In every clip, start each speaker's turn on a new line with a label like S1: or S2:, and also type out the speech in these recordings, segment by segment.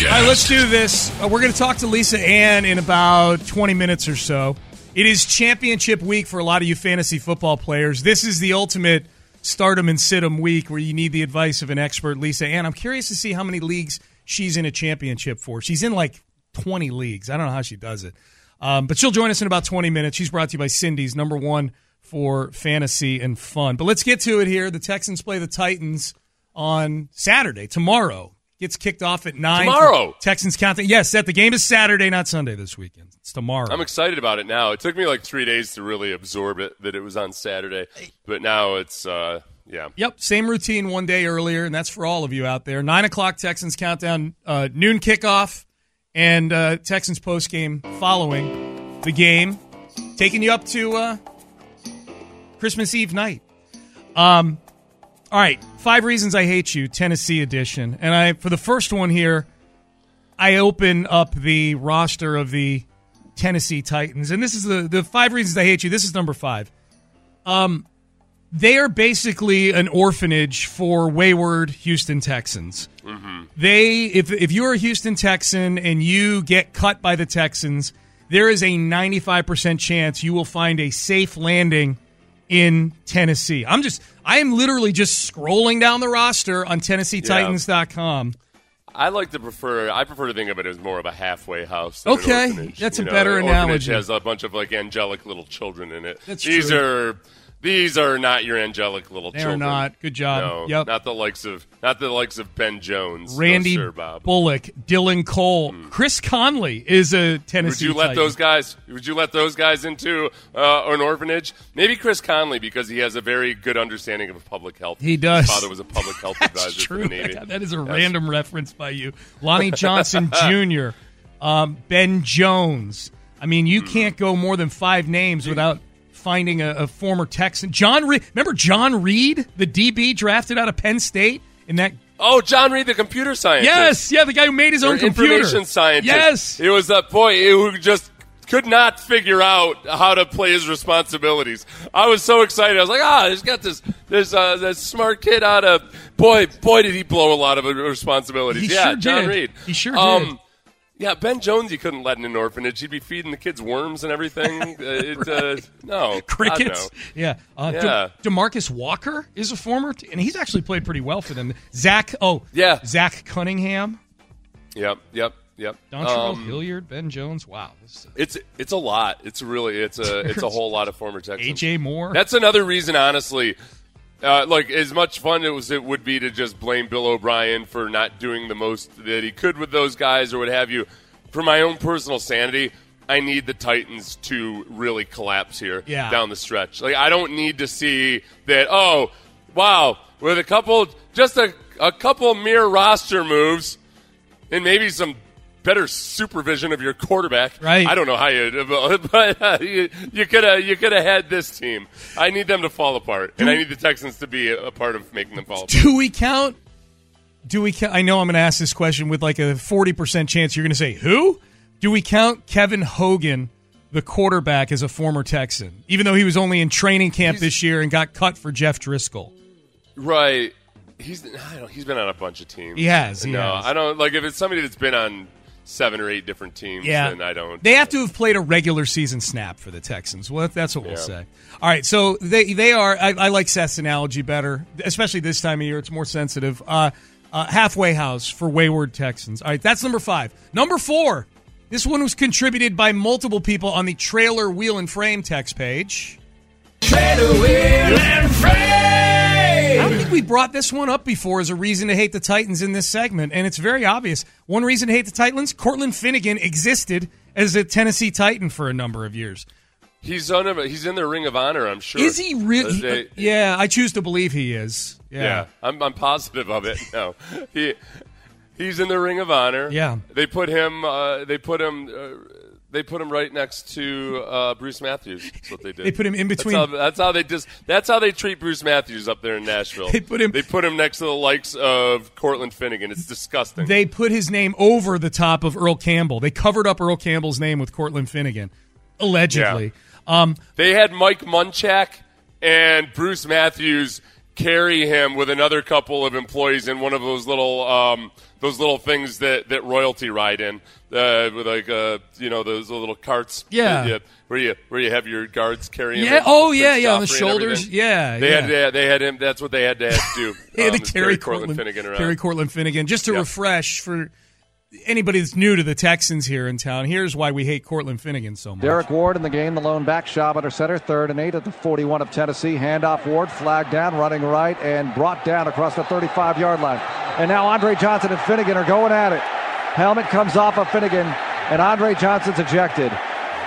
S1: All right, let's do this. Uh, we're going to talk to Lisa Ann in about 20 minutes or so. It is championship week for a lot of you fantasy football players. This is the ultimate stardom and situm week where you need the advice of an expert, Lisa Ann. I'm curious to see how many leagues she's in a championship for. She's in like 20 leagues. I don't know how she does it. Um, but she'll join us in about 20 minutes. She's brought to you by Cindy's, number one for fantasy and fun. But let's get to it here. The Texans play the Titans on Saturday, tomorrow. Gets kicked off at 9. for
S2: Tomorrow?
S1: Texans County. Yes, that the game is Saturday, not Sunday this weekend. It's tomorrow.
S2: I'm excited about it now. It took me like three days to really absorb it that it was on Saturday, but now it's uh, yeah.
S1: Yep, same routine one day earlier, and that's for all of you out there. Nine o'clock Texans countdown, uh, noon kickoff, and uh, Texans post game following the game, taking you up to uh, Christmas Eve night. Um, all right, five reasons I hate you, Tennessee edition, and I for the first one here, I open up the roster of the Tennessee Titans, and this is the the five reasons I hate you. This is number five. Um, they are basically an orphanage for wayward Houston Texans. They, if if you're a Houston Texan and you get cut by the Texans, there is a 95% chance you will find a safe landing in Tennessee. I'm just, I am literally just scrolling down the roster on TennesseeTitans.com.
S2: I like to prefer. I prefer to think of it as more of a halfway house. Than an
S1: Okay,
S2: orphanage.
S1: that's a
S2: You know,
S1: better
S2: an orphanage
S1: analogy.
S2: Has a bunch of like angelic little children in it.
S1: That's
S2: these
S1: true.
S2: are these are not your angelic little
S1: They are
S2: children.
S1: not. Good job.
S2: No,
S1: Yep.
S2: not the likes of not the likes of Ben Jones,
S1: Randy
S2: no, sir, Bob. Hmm.
S1: Bullock, Dylan Cole, Chris Conley is a
S2: Would
S1: Tennessee.
S2: you let
S1: Titan.
S2: those guys? Would you let those guys into uh, an orphanage? Maybe Chris Conley because he has a very good understanding of public health.
S1: He does.
S2: His father was a public health
S1: That's
S2: advisor
S1: true.
S2: for the Navy.
S1: God, that is a
S2: Yes.
S1: random reference by you. Lonnie Johnson Jr., um, Ben Jones. I mean,
S2: Hmm.
S1: you can't go more than five names without finding a, a former Texan. John Reed. Remember John Reed, the DB drafted out of Penn State? In that.
S2: Oh, John Reed, the computer scientist.
S1: Yes, yeah, the guy who made his
S2: Or
S1: own computer.
S2: information scientist.
S1: Yes.
S2: It was that boy who just could not figure out how to play his responsibilities. I was so excited. I was like, ah, he's got this this uh, this smart kid out of boy boy did he blow a lot of responsibilities.
S1: He
S2: yeah,
S1: sure
S2: John
S1: did.
S2: Reed. Um,
S1: He sure did.
S2: Yeah, Ben Jones, you couldn't let in an orphanage. He'd be feeding the kids worms and everything. Uh, it, uh, no, God,
S1: Crickets.
S2: no.
S1: Yeah. Uh, De-
S2: Yeah.
S1: Demarcus Walker is a former, t- and he's actually played pretty well for them. Zach, oh,
S2: Yeah.
S1: Zach Cunningham,
S2: Yep, yep, yep.
S1: Dontrell
S2: Um,
S1: Hilliard, Ben Jones. Wow. This is a-
S2: it's it's a lot. It's really it's a it's a whole lot of former Texans.
S1: AJ Moore.
S2: That's another reason, honestly. Uh, like as much fun it was it would be to just blame Bill O'Brien for not doing the most that he could with those guys or what have you. For my own personal sanity, I need the Titans to really collapse here
S1: Yeah.
S2: down the stretch. Like I don't need to see that. Oh, wow, with a couple, just a a couple mere roster moves, and maybe some better supervision of your quarterback.
S1: Right.
S2: I don't know how you, but uh, you could have you could have had this team. I need them to fall apart, and I need the Texans to be a, a part of making them fall apart.
S1: Do we count? Do we count? I know I'm going to ask this question with like a 40% chance you're going to say, who? Do we count Kevin Hogan, the quarterback, as a former Texan, even though he was only in training camp this year and got cut for Jeff Driscoll?
S2: Right. He's I don't, he's been on a bunch of teams.
S1: He has, he
S2: no,
S1: has.
S2: I don't like if it's somebody that's been on seven or eight different teams.
S1: Yeah.
S2: then I don't. uh,
S1: They have to have played a regular season snap for the Texans. Well, that's what we'll say. All right, so they they are. I, I like Seth's analogy better, especially this time of year. It's more sensitive. Uh, uh, halfway house for wayward Texans. All right, that's number five. Number four, this one was contributed by multiple people on the trailer wheel and frame text page. I don't think we brought this one up before as a reason to hate the Titans in this segment, and it's very obvious. One reason to hate the Titans: Cortland Finnegan existed as a Tennessee Titan for a number of years.
S2: He's on. A, he's in the Ring of Honor. I'm sure.
S1: Is he
S2: Uh,
S1: really?
S2: they-
S1: yeah, I choose to believe he is.
S2: Yeah.
S1: Yeah.
S2: I'm, I'm positive of it. No, he he's in the Ring of Honor.
S1: Yeah.
S2: they put him. Uh, they put him. Uh, they put him right next to uh, Bruce Matthews. That's what they did.
S1: They put him in between-
S2: That's how, that's how they just. That's how they treat Bruce Matthews up there in Nashville.
S1: They put him-
S2: They put him next to the likes of Cortland Finnegan. It's disgusting.
S1: They put his name over the top of Earl Campbell. They covered up Earl Campbell's name with Cortland Finnegan, allegedly. Um,
S2: They had Mike Munchak and Bruce Matthews carry him with another couple of employees in one of those little um, those little things that, that royalty ride in uh, with like uh, you know those little carts
S1: Yeah.
S2: that you- where you where you have your guards carrying
S1: Yeah,
S2: the-
S1: oh,
S2: the
S1: yeah, yeah, on the
S2: joffrey and
S1: shoulders.
S2: everything.
S1: Yeah,
S2: they
S1: yeah.
S2: had they, they had him that's what they had to, have to do
S1: they had
S2: um,
S1: to
S2: is
S1: carry
S2: Cortland
S1: Cortland,
S2: Finnegan around
S1: carry Cortland Finnegan. Just to
S2: Yeah.
S1: refresh for anybody that's new to the Texans here in town, here's why we hate Cortland Finnegan so much.
S3: Derek Ward in the game, the lone back, Schaub under center, third and eight at the 41 of Tennessee. Handoff Ward, flag down, running right, and brought down across the 35 yard line. And now Andre Johnson and Finnegan are going at it. Helmet comes off of Finnegan, and Andre Johnson's ejected.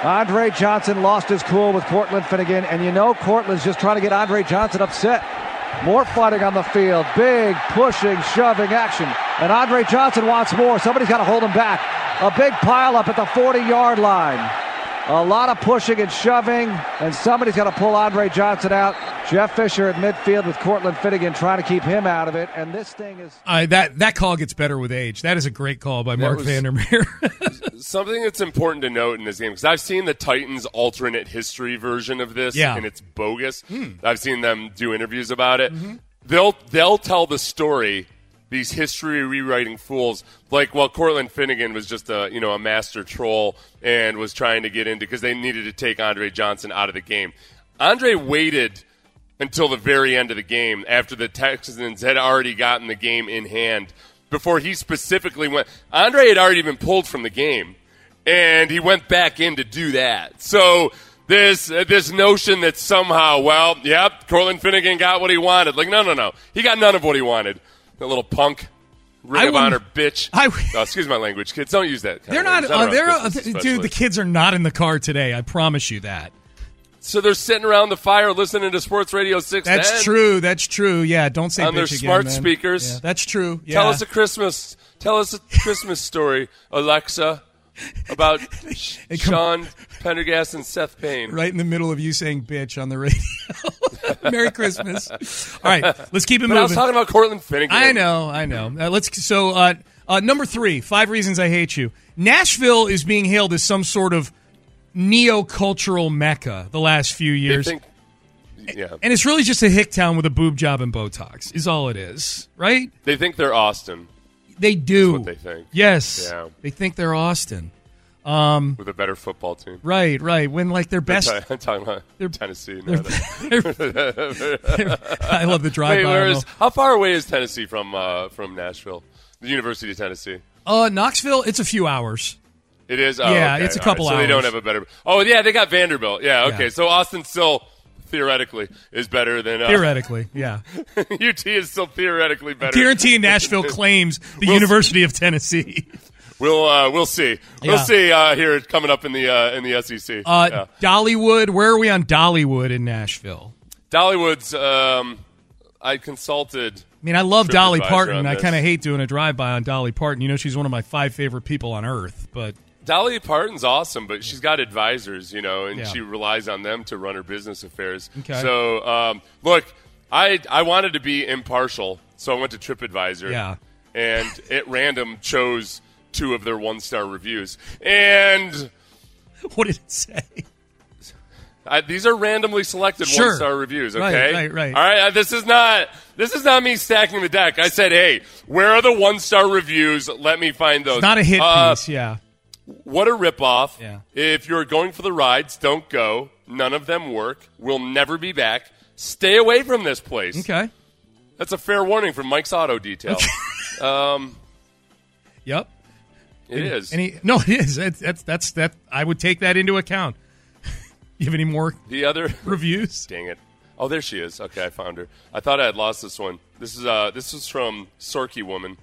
S3: Andre Johnson lost his cool with Cortland Finnegan, and you know Cortland's just trying to get Andre Johnson upset. More fighting on the field, big pushing, shoving action. And Andre Johnson wants more. Somebody's got to hold him back. A big pile up at the 40 yard line. A lot of pushing and shoving, and somebody's got to pull Andre Johnson out. Jeff Fisher at midfield with Cortland Finnegan trying to keep him out of it, and this thing is.
S1: Uh, that that call gets better with age. That is a great call by Mark
S2: was-
S1: Vandermeer.
S2: something that's important to note in this game because I've seen the Titans alternate history version of this,
S1: Yeah.
S2: and it's bogus. I've seen them do interviews about it. They'll they'll tell the story. These history rewriting fools, like well, Cortland Finnegan was just a you know a master troll and was trying to get into because they needed to take Andre Johnson out of the game. Andre waited until the very end of the game after the Texans had already gotten the game in hand before he specifically went. Andre had already been pulled from the game, and he went back in to do that. So this uh, this notion that somehow, well, yep, Cortland Finnegan got what he wanted. Like, no, no, no, he got none of what he wanted. That little punk.
S1: I
S2: Ring of
S1: wouldn't-
S2: Honor, bitch.
S1: I w-
S2: No, excuse my language, kids. Don't use that. kind
S1: they're
S2: of
S1: not.
S2: language. Not
S1: Uh,
S2: around
S1: they're uh,
S2: Christmas,
S1: dude. The
S2: especially.
S1: kids are not in the car today. I promise you that.
S2: So they're sitting around the fire listening to Sports Radio Six.
S1: That's true. That's true. Yeah, don't say
S2: On
S1: bitch
S2: their
S1: again,
S2: smart
S1: man.
S2: speakers.
S1: Yeah, that's true. Yeah.
S2: Tell us a Christmas. Tell us a Christmas story, Alexa, about Sh- Sean Pendergast and Seth Payne.
S1: right in the middle of you saying bitch on the radio. Merry Christmas. All right, let's keep it
S2: But
S1: moving.
S2: I was talking about Cortland Finnegan.
S1: I know, I know. Uh, let's so uh, uh, number three, five reasons I hate you. Nashville is being hailed as some sort of neo-cultural mecca the last few
S2: They
S1: years,
S2: think- yeah,
S1: and it's really just a hick town with a boob job and Botox is all it is, right?
S2: they think they're Austin
S1: They do.
S2: what they think.
S1: Yes,
S2: Yeah.
S1: they think they're Austin.
S2: with a better football team.
S1: Right, right. When like their best,
S2: I'm, t- I'm talking about Tennessee. now.
S1: I love the drive.
S2: Wait,
S1: by
S2: where is how far away is Tennessee from uh, from Nashville? The University of Tennessee.
S1: uh, Knoxville? It's a few hours.
S2: It is. Oh,
S1: Yeah,
S2: okay.
S1: it's a
S2: All
S1: couple
S2: right. So they don't
S1: hours.
S2: have a better. Oh, yeah, they got Vanderbilt. Yeah, okay.
S1: Yeah.
S2: So Austin still theoretically is better than uh,
S1: Theoretically, yeah.
S2: UT is still theoretically better.
S1: Guaranteeing Nashville claims the
S2: We'll-
S1: University of Tennessee.
S2: We'll uh, we'll see.
S1: Yeah.
S2: We'll see uh, here coming up in the uh, in the SEC.
S1: Uh,
S2: Yeah.
S1: Dollywood. Where are we on Dollywood in Nashville?
S2: Dollywood's. Um, I consulted.
S1: I mean, I love
S2: TripAdvisor
S1: Dolly
S2: on
S1: Parton. I
S2: this.
S1: kind of hate doing a drive by on Dolly Parton. You know, she's one of my five favorite people on earth. But
S2: Dolly Parton's awesome, but she's got advisors, you know, and
S1: Yeah.
S2: she relies on them to run her business affairs.
S1: Okay.
S2: So um, look, I I wanted to be impartial, so I went to TripAdvisor.
S1: Yeah.
S2: And at random chose two of their one star reviews, and
S1: what did it say?
S2: I, these are randomly selected
S1: Sure.
S2: one star reviews.
S1: Right,
S2: Okay,
S1: right, right.
S2: All right, uh, this is not this is not me stacking the deck. I said, hey, where are the one star reviews? Let me find those.
S1: Not a hit
S2: Uh,
S1: piece. Yeah.
S2: What a ripoff!
S1: Yeah.
S2: If you're going for the rides, don't go. None of them work. We'll never be back. Stay away from this place.
S1: Okay.
S2: That's a fair warning from Mike's Auto Detail. Um,
S1: Yep.
S2: it is.
S1: Any? No, it is. That's that's that's that. I would take that into account. you have any more
S2: the other.
S1: reviews?
S2: Dang it. Oh, there she is. Okay, I found her. I thought I had lost this one. This is uh, this is from Sorky Woman.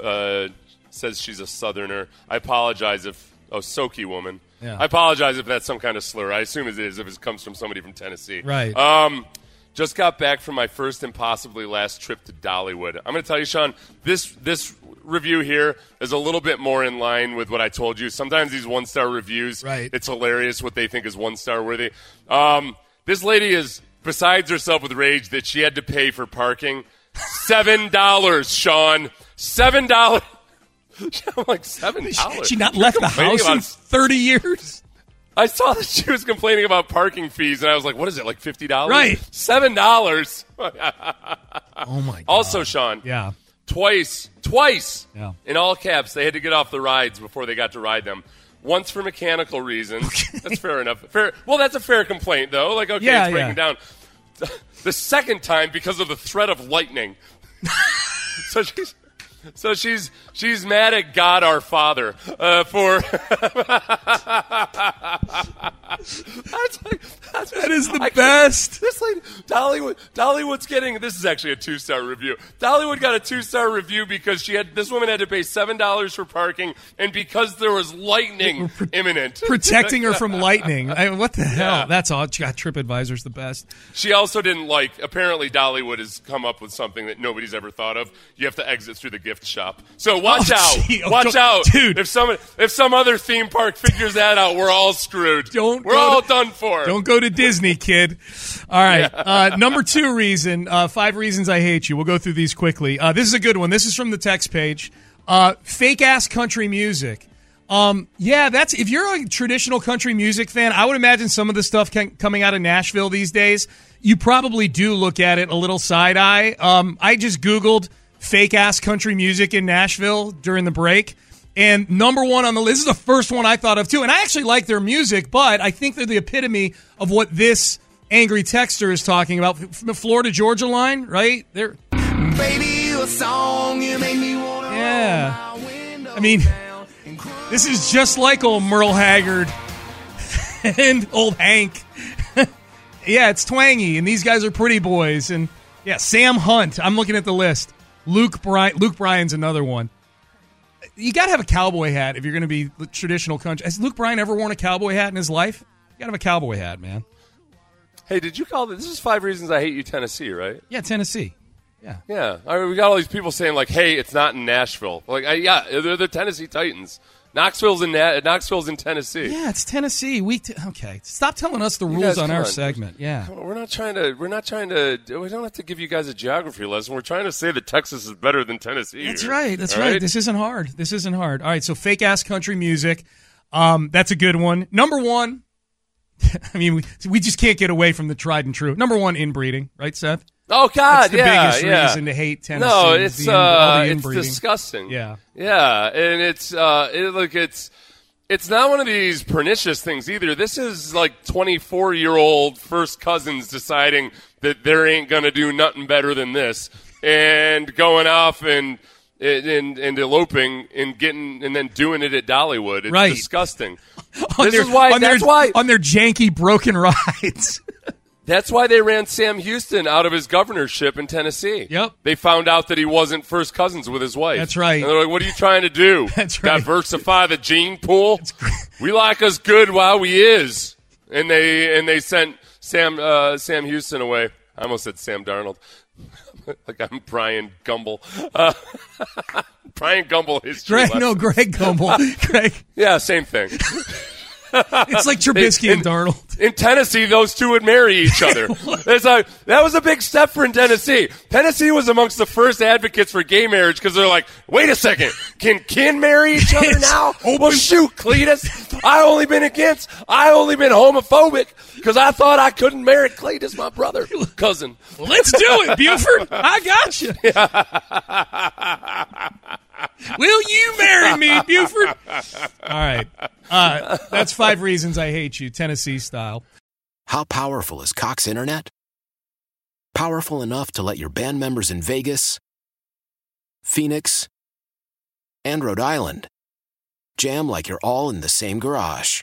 S2: Uh, says she's a Southerner. I apologize if oh Soaky Woman.
S1: Yeah.
S2: I apologize if that's some kind of slur. I assume it is if it comes from somebody from Tennessee.
S1: Right.
S2: Um, just got back from my first and possibly last trip to Dollywood. I'm going to tell you, Sean, this this review here is a little bit more in line with what I told you. Sometimes these one star reviews,
S1: Right.
S2: it's hilarious what they think is one star worthy. Um, this lady is besides herself with rage that she had to pay for parking. Seven dollars, Sean. Seven dollars. I'm like seven dollars.
S1: She not left the
S2: complaining
S1: house in
S2: about-
S1: thirty years.
S2: I saw that she was complaining about parking fees, and I was like, "What is it? Like fifty dollars?
S1: Right.
S2: Seven dollars."
S1: Oh my. God.
S2: Also, Sean,
S1: yeah.
S2: twice, twice,
S1: Yeah.
S2: in all caps, they had to get off the rides before they got to ride them. Once for mechanical reasons. that's fair enough. Fair. Well, that's a fair complaint, though. Like, okay,
S1: Yeah,
S2: it's breaking
S1: yeah.
S2: down. The second time because of the threat of lightning. so she's. So she's she's mad at God our Father uh, for that's like, that's,
S1: That is the
S2: I can't-
S1: best.
S2: This lady, Dollywood, Dollywood's getting. This is actually a two-star review. Dollywood got a two-star review because she had this woman had to pay seven dollars for parking, and because there was lightning imminent.
S1: Protecting her from lightning. I, what the hell?
S2: Yeah.
S1: That's all. God, TripAdvisor's the best.
S2: She also didn't like. Apparently, Dollywood has come up with something that nobody's ever thought of. You have to exit through the gift shop. So watch
S1: Oh,
S2: out,
S1: gee. Oh,
S2: watch
S1: don't-
S2: out,
S1: dude.
S2: If some if some other theme park figures that out, we're all screwed.
S1: Don't
S2: we're
S1: go
S2: all
S1: to-
S2: done for.
S1: Don't go to Disney, kid. All right. Uh, number two reason, uh, five reasons I hate you. We'll go through these quickly. Uh, this is a good one. This is from the text page. Uh, fake ass country music. Um, yeah, that's if you're a traditional country music fan, I would imagine some of the stuff can, coming out of Nashville these days, you probably do look at it a little side eye. Um, I just Googled fake ass country music in Nashville during the break. And number one on the list this is the first one I thought of too. And I actually like their music, but I think they're the epitome of what this angry texter is talking about. From the Florida Georgia line, right? They're yeah. I mean, this is just like old Merle Haggard and old Hank. yeah, it's twangy, and these guys are pretty boys. And yeah, Sam Hunt. I'm looking at the list. Luke Bryan. Luke Bryan's another one. You got to have a cowboy hat if you're going to be the traditional country. Has Luke Bryan ever worn a cowboy hat in his life? You got to have a cowboy hat, man.
S2: Hey, did you call this? This is five reasons I hate you, Tennessee, right?
S1: Yeah, Tennessee.
S2: Yeah, I mean, we got all these people saying like, "Hey, it's not in Nashville." Like, I, yeah, they're the Tennessee Titans. Knoxville's in Na- Knoxville's in Tennessee.
S1: Yeah, it's Tennessee. Week. T- okay, stop telling us the
S2: guys,
S1: rules on
S2: come
S1: our
S2: on.
S1: segment. Yeah.
S2: We're not trying to. We're not trying to. We don't have to give you guys a geography lesson. We're trying to say that Texas is better than Tennessee.
S1: That's
S2: here.
S1: right. That's
S2: All
S1: right. This isn't hard. This isn't hard. All right. So fake ass country music. Um, that's a good one. Number one. I mean, we, we just can't get away from the tried and true. Number one, inbreeding, right, Seth?
S2: Oh God,
S1: That's the
S2: yeah,
S1: biggest
S2: yeah.
S1: reason to hate Tennessee
S2: No,
S1: is
S2: it's
S1: the in- all the
S2: uh, it's
S1: inbreeding.
S2: disgusting.
S1: Yeah.
S2: yeah, and it's uh, it, look, it's it's not one of these pernicious things either. This is like twenty four year old first cousins deciding that there ain't gonna do nothing better than this, and going off and. And, and eloping and getting and then doing it at Dollywood. It's
S1: Right.
S2: disgusting.
S1: On
S2: this
S1: their,
S2: is why.
S1: on
S2: That's
S1: their,
S2: why.
S1: on their janky broken rides.
S2: That's why they ran Sam Houston out of his governorship in Tennessee.
S1: Yep.
S2: They found out that he wasn't first cousins with his wife.
S1: That's right.
S2: And they're like, what are you trying to do?
S1: That's right.
S2: Diversify the gene pool? we like us good while we is. And they and they sent Sam uh, Sam Houston away. I almost said Sam Darnold. like I'm Brian Gumble. Uh, Brian Gumble history.
S1: Greg,
S2: lesson.
S1: no, Greg Gumbel. Greg,
S2: Yeah, same thing.
S1: it's like Trubisky and
S2: in-
S1: Darnold.
S2: in Tennessee, those two would marry each other. It's like, that was a big step for in Tennessee. Tennessee was amongst the first advocates for gay marriage because they're like, wait a second, can kin marry each other now? Well, shoot, Cletus, I only been against, I only been homophobic because I thought I couldn't marry Cletus, my brother, cousin.
S1: Let's do it, Buford. I got you. Will you marry me, Buford? All right. Uh, that's five reasons I hate you, Tennessee style.
S4: How powerful is Cox Internet? Powerful enough to let your band members in Vegas, Phoenix, and Rhode Island. Jam like you're all in the same garage.